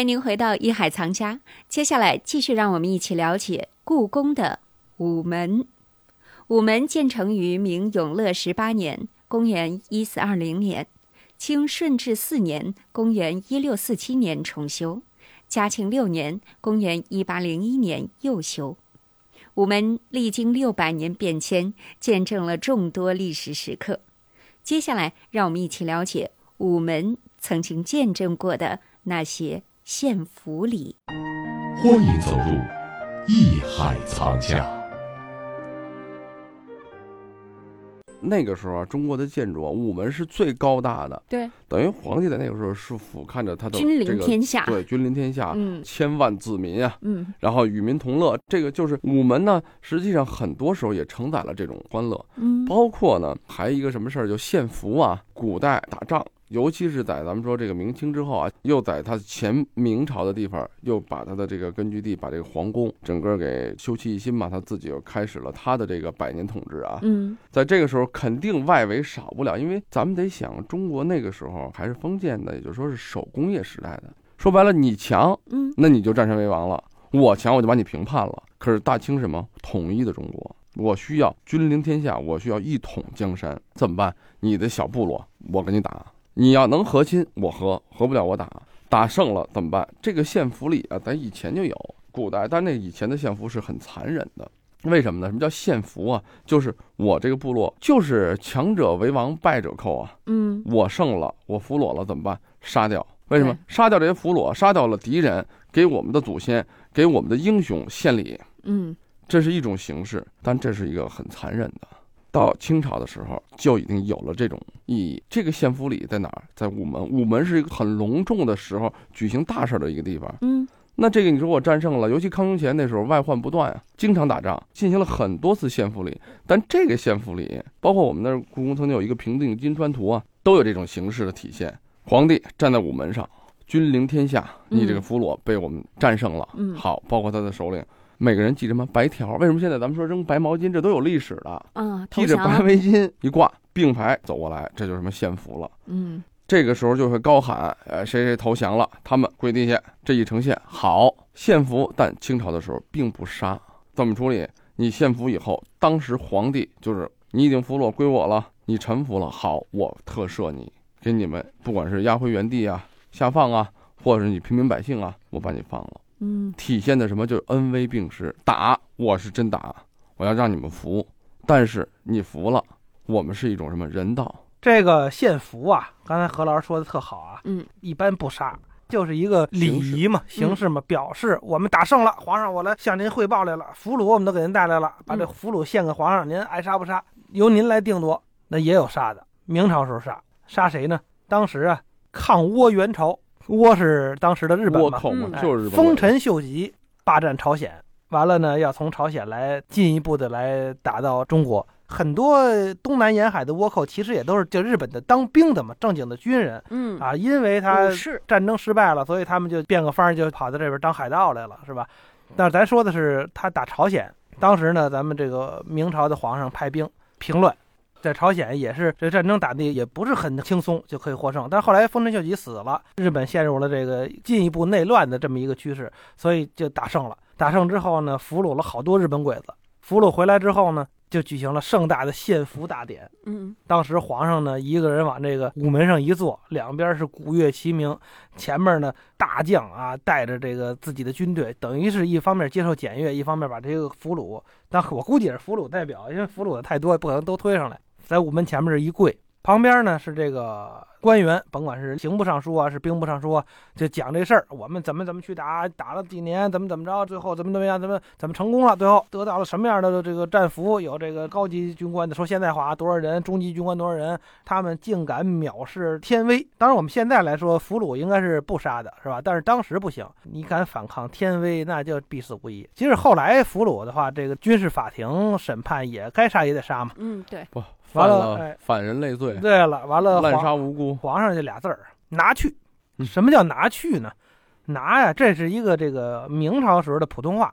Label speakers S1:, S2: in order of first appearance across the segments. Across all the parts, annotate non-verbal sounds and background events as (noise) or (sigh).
S1: 欢迎您回到《艺海藏家》，接下来继续让我们一起了解故宫的午门。午门建成于明永乐十八年（公元1420年），清顺治四年（公元1647年）重修，嘉庆六年（公元1801年）又修。午门历经六百年变迁，见证了众多历史时刻。接下来，让我们一起了解午门曾经见证过的那些。县府里，
S2: 欢迎走入艺海藏家。
S3: 那个时候啊，中国的建筑啊，午门是最高大的，
S1: 对，
S3: 等于皇帝在那个时候是俯瞰着他的、这
S1: 君
S3: 个、
S1: 临天下，
S3: 对，君临天下，
S1: 嗯
S3: 千万子民啊，
S1: 嗯
S3: 然后与民同乐。这个就是午门呢，实际上很多时候也承载了这种欢乐，
S1: 嗯，
S3: 包括呢，还有一个什么事儿，就献俘啊，古代打仗。尤其是在咱们说这个明清之后啊，又在他前明朝的地方，又把他的这个根据地，把这个皇宫整个给修葺一新嘛，他自己又开始了他的这个百年统治啊。
S1: 嗯
S3: 在这个时候，肯定外围少不了，因为咱们得想，中国那个时候还是封建的，也就是说是手工业时代的。说白了，你强，
S1: 嗯
S3: 那你就占山为王了；我强，我就把你平叛了。可是大清什么统一的中国，我需要君临天下，我需要一统江山，怎么办？你的小部落，我跟你打。你要能和亲，我和；和不了，我打。打胜了怎么办？这个县府里啊，咱以前就有，古代，但那以前的县服是很残忍的。为什么呢？什么叫县服啊？就是我这个部落，就是强者为王，败者寇啊。
S1: 嗯
S3: 我胜了，我俘虏了怎么办？杀掉？为什么
S1: 对？
S3: 杀掉这些俘虏，杀掉了敌人，给我们的祖先，给我们的英雄献礼，
S1: 嗯
S3: 这是一种形式，但这是一个很残忍的。到清朝的时候就已经有了这种意义。这个县府里在哪儿？在午门。午门是一个很隆重的时候举行大事的一个地方。
S1: 嗯
S3: 那这个你说我战胜了，尤其康雍乾那时候外患不断啊，经常打仗，进行了很多次献俘礼。但这个献俘礼，包括我们那儿故宫曾经有一个平定金川图啊，都有这种形式的体现。皇帝站在午门上，君临天下，你这个俘虏被我们战胜了。
S1: 嗯
S3: 好，包括他的首领，每个人系着什么白条？为什么现在咱们说扔白毛巾，这都有历史的，
S1: 啊，投
S3: 系着白
S1: 降，
S3: 围巾一挂，并排走过来，这就是什么献俘了。
S1: 嗯
S3: 这个时候就会高喊，呃，谁谁投降了，他们跪地下，这一呈现好献俘。但清朝的时候并不杀，怎么处理？你献俘以后，当时皇帝就是你已经俘虏归我了，你臣服了，好，我特赦你，给你们不管是押回原地啊、下放啊，或者是你平民百姓啊，我把你放了。
S1: 嗯
S3: 体现的什么？就是恩威并施，打我是真打，我要让你们服，但是你服了，我们是一种什么人道？
S4: 这个献俘啊，刚才何老师说的特好啊，
S1: 嗯，
S4: 一般不杀，就是一个礼仪嘛，
S1: 形式
S4: 形式嘛，表示我们打胜了，皇上我来向您汇报来了，俘虏我们都给您带来了，把这
S1: 嗯
S4: 俘虏献给皇上，您爱杀不杀，由您来定夺。那也有杀的，明朝时候杀，杀谁呢？当时啊，抗倭援朝，倭是当时的日本
S3: 倭
S4: 嘛，
S3: 寇嘛，
S4: 哎
S3: 就是日本
S4: 丰
S3: 鬼
S4: 臣秀吉霸占朝鲜，完了呢，要从朝鲜来进一步的来打到中国。很多东南沿海的倭寇其实也都是就日本的当兵的嘛，正经的军人
S1: 嗯，
S4: 啊，因为他
S1: 武士
S4: 战争失败了，所以他们就变个法儿，就跑到这边当海盗来了，是吧？但是咱说的是他打朝鲜，当时呢，咱们这个明朝的皇上派兵平乱，在朝鲜也是这战争打的也不是很轻松就可以获胜，但是后来丰臣秀吉死了，日本陷入了这个进一步内乱的这么一个趋势，所以就打胜了。打胜之后呢，俘虏了好多日本鬼子，俘虏回来之后呢，就举行了盛大的献俘大典。
S1: 嗯
S4: 当时皇上呢，一个人往这个午门上一坐，两边是鼓乐齐鸣，前面呢大将啊带着这个自己的军队，等于是一方面接受检阅，一方面把这个俘虏，但我估计也是俘虏代表，因为俘虏的太多，不可能都推上来，在午门前面是一跪。旁边呢是这个官员，甭管是刑部尚书啊，是兵部尚书啊，就讲这事儿，我们怎么怎么去打，打了几年，怎么怎么着，最后怎么怎么样，怎么怎么成功了，最后得到了什么样的这个战俘，有这个高级军官的说现在话多少人，中级军官多少人，他们竟敢藐视天威。当然，我们现在来说，俘虏应该是不杀的，是吧？但是当时不行，你敢反抗天威，那就必死无疑。即使后来俘虏的话，这个军事法庭审判也该杀也得杀嘛。
S1: 嗯，对，
S3: 不
S4: 完
S3: 犯
S4: 了
S3: 了
S4: 哎
S3: 反人类罪，
S4: 对了，完了，
S3: 滥
S4: 皇
S3: 杀无辜。
S4: 皇上这俩字儿拿去。
S3: 嗯
S4: 什么叫拿去呢？拿呀，这是一个这个明朝时候的普通话，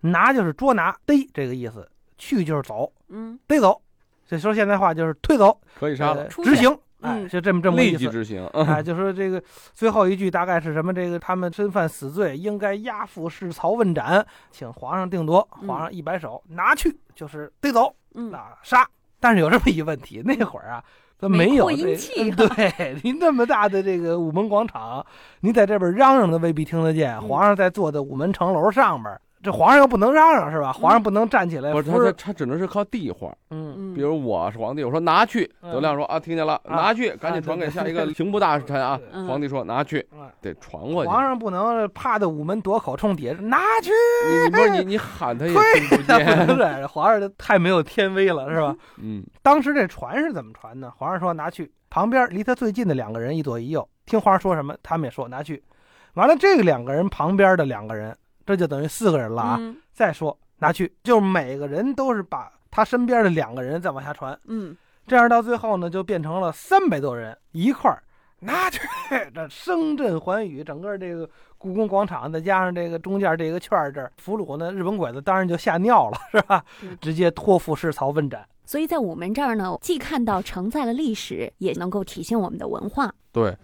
S4: 拿就是捉拿、逮这个意思，去就是走，
S1: 嗯
S4: 逮走。这说现在话就是推走，
S3: 可以杀了，
S4: 呃
S1: 出去
S4: 执行，哎，
S1: 嗯
S4: 就这么这么个
S3: 立
S4: 意
S3: 即
S4: 思。
S3: 执 (laughs) 行。
S4: 哎，就说这个最后一句大概是什么？这个他们身犯死罪，应该押赴市曹问斩，请皇上定夺。
S1: 嗯
S4: 皇上一摆手，拿去，就是逮走。
S1: 嗯，
S4: 啊，杀。但是有这么一问题，那会儿啊，他没有
S1: 没扩
S4: 这
S1: 音器啊
S4: (laughs) 对你那么大的这个午门广场，你在这边嚷嚷的未必听得见。
S1: 嗯
S4: 皇上在坐在午门城楼上边儿，这皇上又不能嚷嚷是吧？皇上不能站起来
S3: 不是他
S4: 扶
S3: 他
S4: 着，
S3: 他只能是靠地话，
S4: 嗯，
S1: 嗯
S3: 比如我是皇帝，我说拿去，
S4: 嗯
S3: 德亮说啊听见了，
S4: 啊
S3: 拿去， (laughs) 赶紧传给
S4: (laughs)
S3: 下一个
S4: 对对
S3: 刑部大臣啊。
S4: (laughs)
S1: 嗯
S3: 皇帝说拿去
S4: 嗯，
S3: 得传过去。
S4: 皇上不能怕的午门夺口冲底下拿去，
S3: 你你不是你
S4: (laughs)
S3: 你喊他也听不
S4: 不能
S3: 见，
S4: 这皇上这太没有天威了是吧？
S3: (laughs) 嗯，
S4: 当时这传是怎么传呢？皇上说拿去，旁边离他最近的两个人一左一右，听皇上说什么，他们也说拿去。完了，这个两个人旁边的两个人，这就等于四个人了啊。
S1: 嗯
S4: 再说拿去，就是每个人都是把他身边的两个人再往下传，
S1: 嗯
S4: 这样到最后呢，就变成了三百多人一块儿拿去，这声震寰宇，整个这个故宫广场，再加上这个中间这个圈儿这儿俘虏呢，日本鬼子当然就吓尿了，是吧
S1: 嗯？
S4: 直接托付市曹问斩。
S1: 所以在我们这儿呢，既看到承载了历史，也能够体现我们的文化。
S3: 对，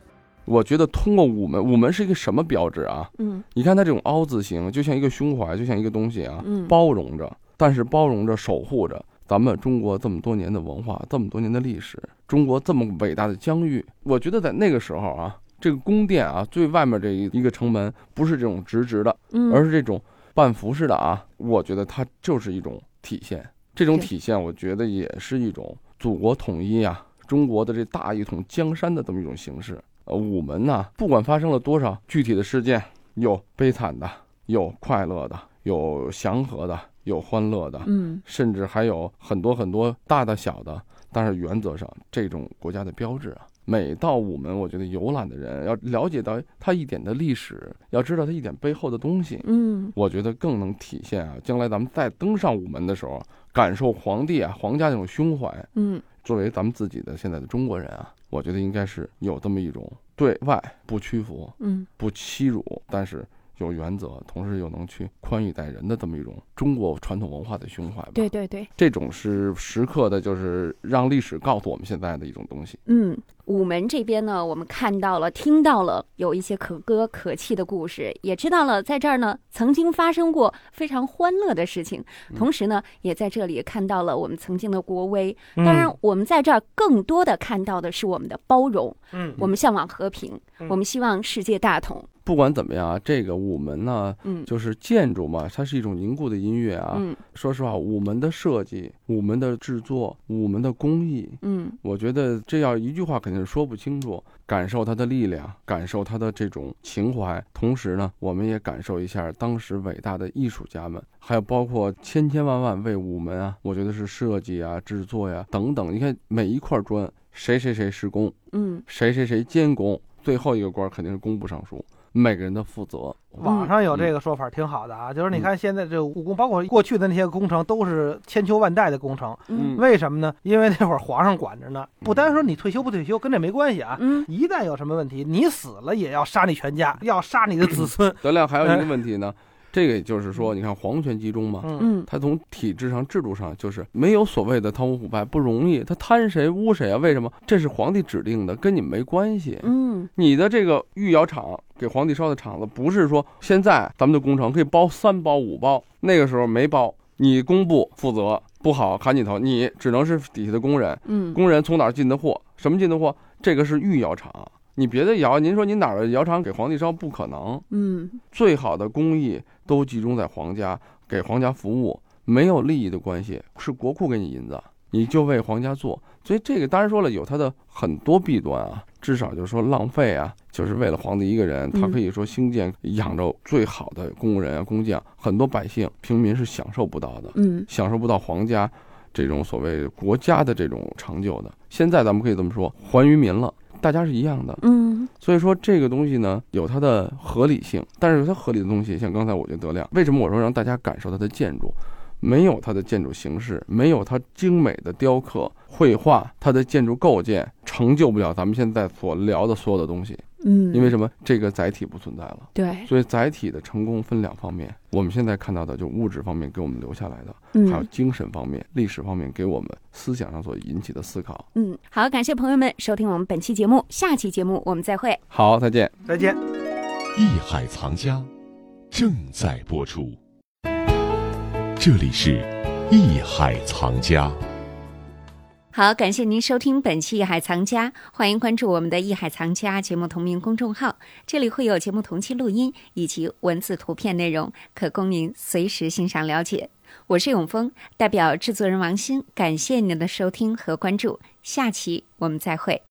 S3: 我觉得通过午门，午门是一个什么标志啊？
S1: 嗯
S3: 你看它这种凹字形，就像一个胸怀，就像一个东西啊，
S1: 嗯，
S3: 包容着，但是包容着、守护着咱们中国这么多年的文化，这么多年的历史，中国这么伟大的疆域。我觉得在那个时候啊，这个宫殿啊，最外面这一个城门不是这种直直的，
S1: 嗯
S3: 而是这种半幅式的啊。我觉得它就是一种体现，这种
S1: 对
S3: 体现，我觉得也是一种祖国统一啊，中国的这大一统江山的这么一种形式。呃，午门呐，不管发生了多少具体的事件，有悲惨的，有快乐的，有祥和的，有欢乐的，
S1: 嗯
S3: 甚至还有很多很多大的小的，但是原则上这种国家的标志啊。每到午门，我觉得游览的人要了解到它一点的历史，要知道它一点背后的东西，
S1: 嗯
S3: 我觉得更能体现啊，将来咱们再登上午门的时候，感受皇帝啊、皇家那种胸怀，
S1: 嗯
S3: 作为咱们自己的现在的中国人啊，我觉得应该是有这么一种对外不屈服、
S1: 嗯
S3: 不欺辱，但是有原则，同时又能去宽以待人的这么一种中国传统文化的胸怀吧。
S1: 对，对对，
S3: 这种是时刻的，就是让历史告诉我们现在的一种东西。
S1: 嗯，午门这边呢，我们看到了、听到了有一些可歌可泣的故事，也知道了在这儿呢曾经发生过非常欢乐的事情，同时呢，也在这里看到了我们曾经的国威。
S4: 嗯
S1: 当然，我们在这儿更多的看到的是我们的包容，
S4: 嗯，
S1: 我们向往和平，
S4: 嗯
S1: 我们希望世界大同。
S3: 不管怎么样啊，这个午门呢，
S1: 嗯
S3: 就是建筑嘛，它是一种凝固的音乐啊。
S1: 嗯
S3: 说实话，午门的设计、午门的制作、午门的工艺，
S1: 嗯
S3: 我觉得这要一句话肯定是说不清楚。感受它的力量，感受它的这种情怀，同时呢，我们也感受一下当时伟大的艺术家们，还有包括千千万万为午门啊，我觉得是设计啊、制作呀、等等。你看每一块砖，谁谁谁施工，
S1: 嗯
S3: 谁谁谁监工，最后一个官儿肯定是工部尚书，每个人的负责。
S1: 嗯
S3: 嗯
S4: 网上有这个说法，挺好的啊，就是你看现在这故宫，包括过去的那些工程，都是千秋万代的工程。
S1: 嗯
S4: 为什么呢？因为那会儿皇上管着呢，不单说你退休不退休跟这没关系啊，
S1: 嗯
S4: 一旦有什么问题，你死了也要杀你全家，要杀你的子孙。
S3: 德亮还有一个问题呢，这个也就是说，你看皇权集中嘛，
S4: 嗯，
S1: 嗯
S3: 他从体制上、制度上就是没有所谓的贪污腐败，不容易，他贪谁污谁啊？为什么？这是皇帝指定的，跟你没关系。
S1: 嗯
S3: 你的这个御窑厂给皇帝烧的厂子，不是说现在咱们的工程可以包三包五包，那个时候没包，你工部负责不好砍你头，你只能是底下的工人，
S1: 嗯
S3: 工人从哪儿进的货？什么进的货？这个是御窑厂，你别的窑，您说您哪儿的窑厂给皇帝烧不可能？
S1: 嗯
S3: 最好的工艺都集中在皇家，给皇家服务，没有利益的关系，是国库给你银子，你就为皇家做。所以这个当然说了，有它的很多弊端啊，至少就是说浪费啊，就是为了皇帝一个人，
S1: 嗯
S3: 他可以说兴建养着最好的工人啊、工匠，很多百姓平民是享受不到的。
S1: 嗯
S3: 享受不到皇家这种所谓国家的这种成就的。现在咱们可以这么说，还于民了，大家是一样的。
S1: 嗯
S3: 所以说这个东西呢，有它的合理性，但是有它合理的东西，像刚才我觉得德亮，为什么我说让大家感受它的建筑？没有它的建筑形式，没有它精美的雕刻、绘画，它的建筑构件成就不了咱们现在所聊的所有的东西。
S1: 嗯，
S3: 因为什么？这个载体不存在了。
S1: 对，
S3: 所以载体的成功分两方面，我们现在看到的就物质方面给我们留下来的，还有
S1: 嗯
S3: 精神方面、历史方面给我们思想上所引起的思考。
S1: 嗯，好，感谢朋友们收听我们本期节目，下期节目我们再会。
S3: 好，再见。
S4: 再见。
S2: 艺海藏家正在播出，这里是艺海藏家。
S1: 好，感谢您收听本期《艺海藏家》，欢迎关注我们的《艺海藏家》节目同名公众号，这里会有节目同期录音以及文字、图片内容，可供您随时欣赏了解。我是永峰，代表制作人王鑫，感谢您的收听和关注，下期我们再会。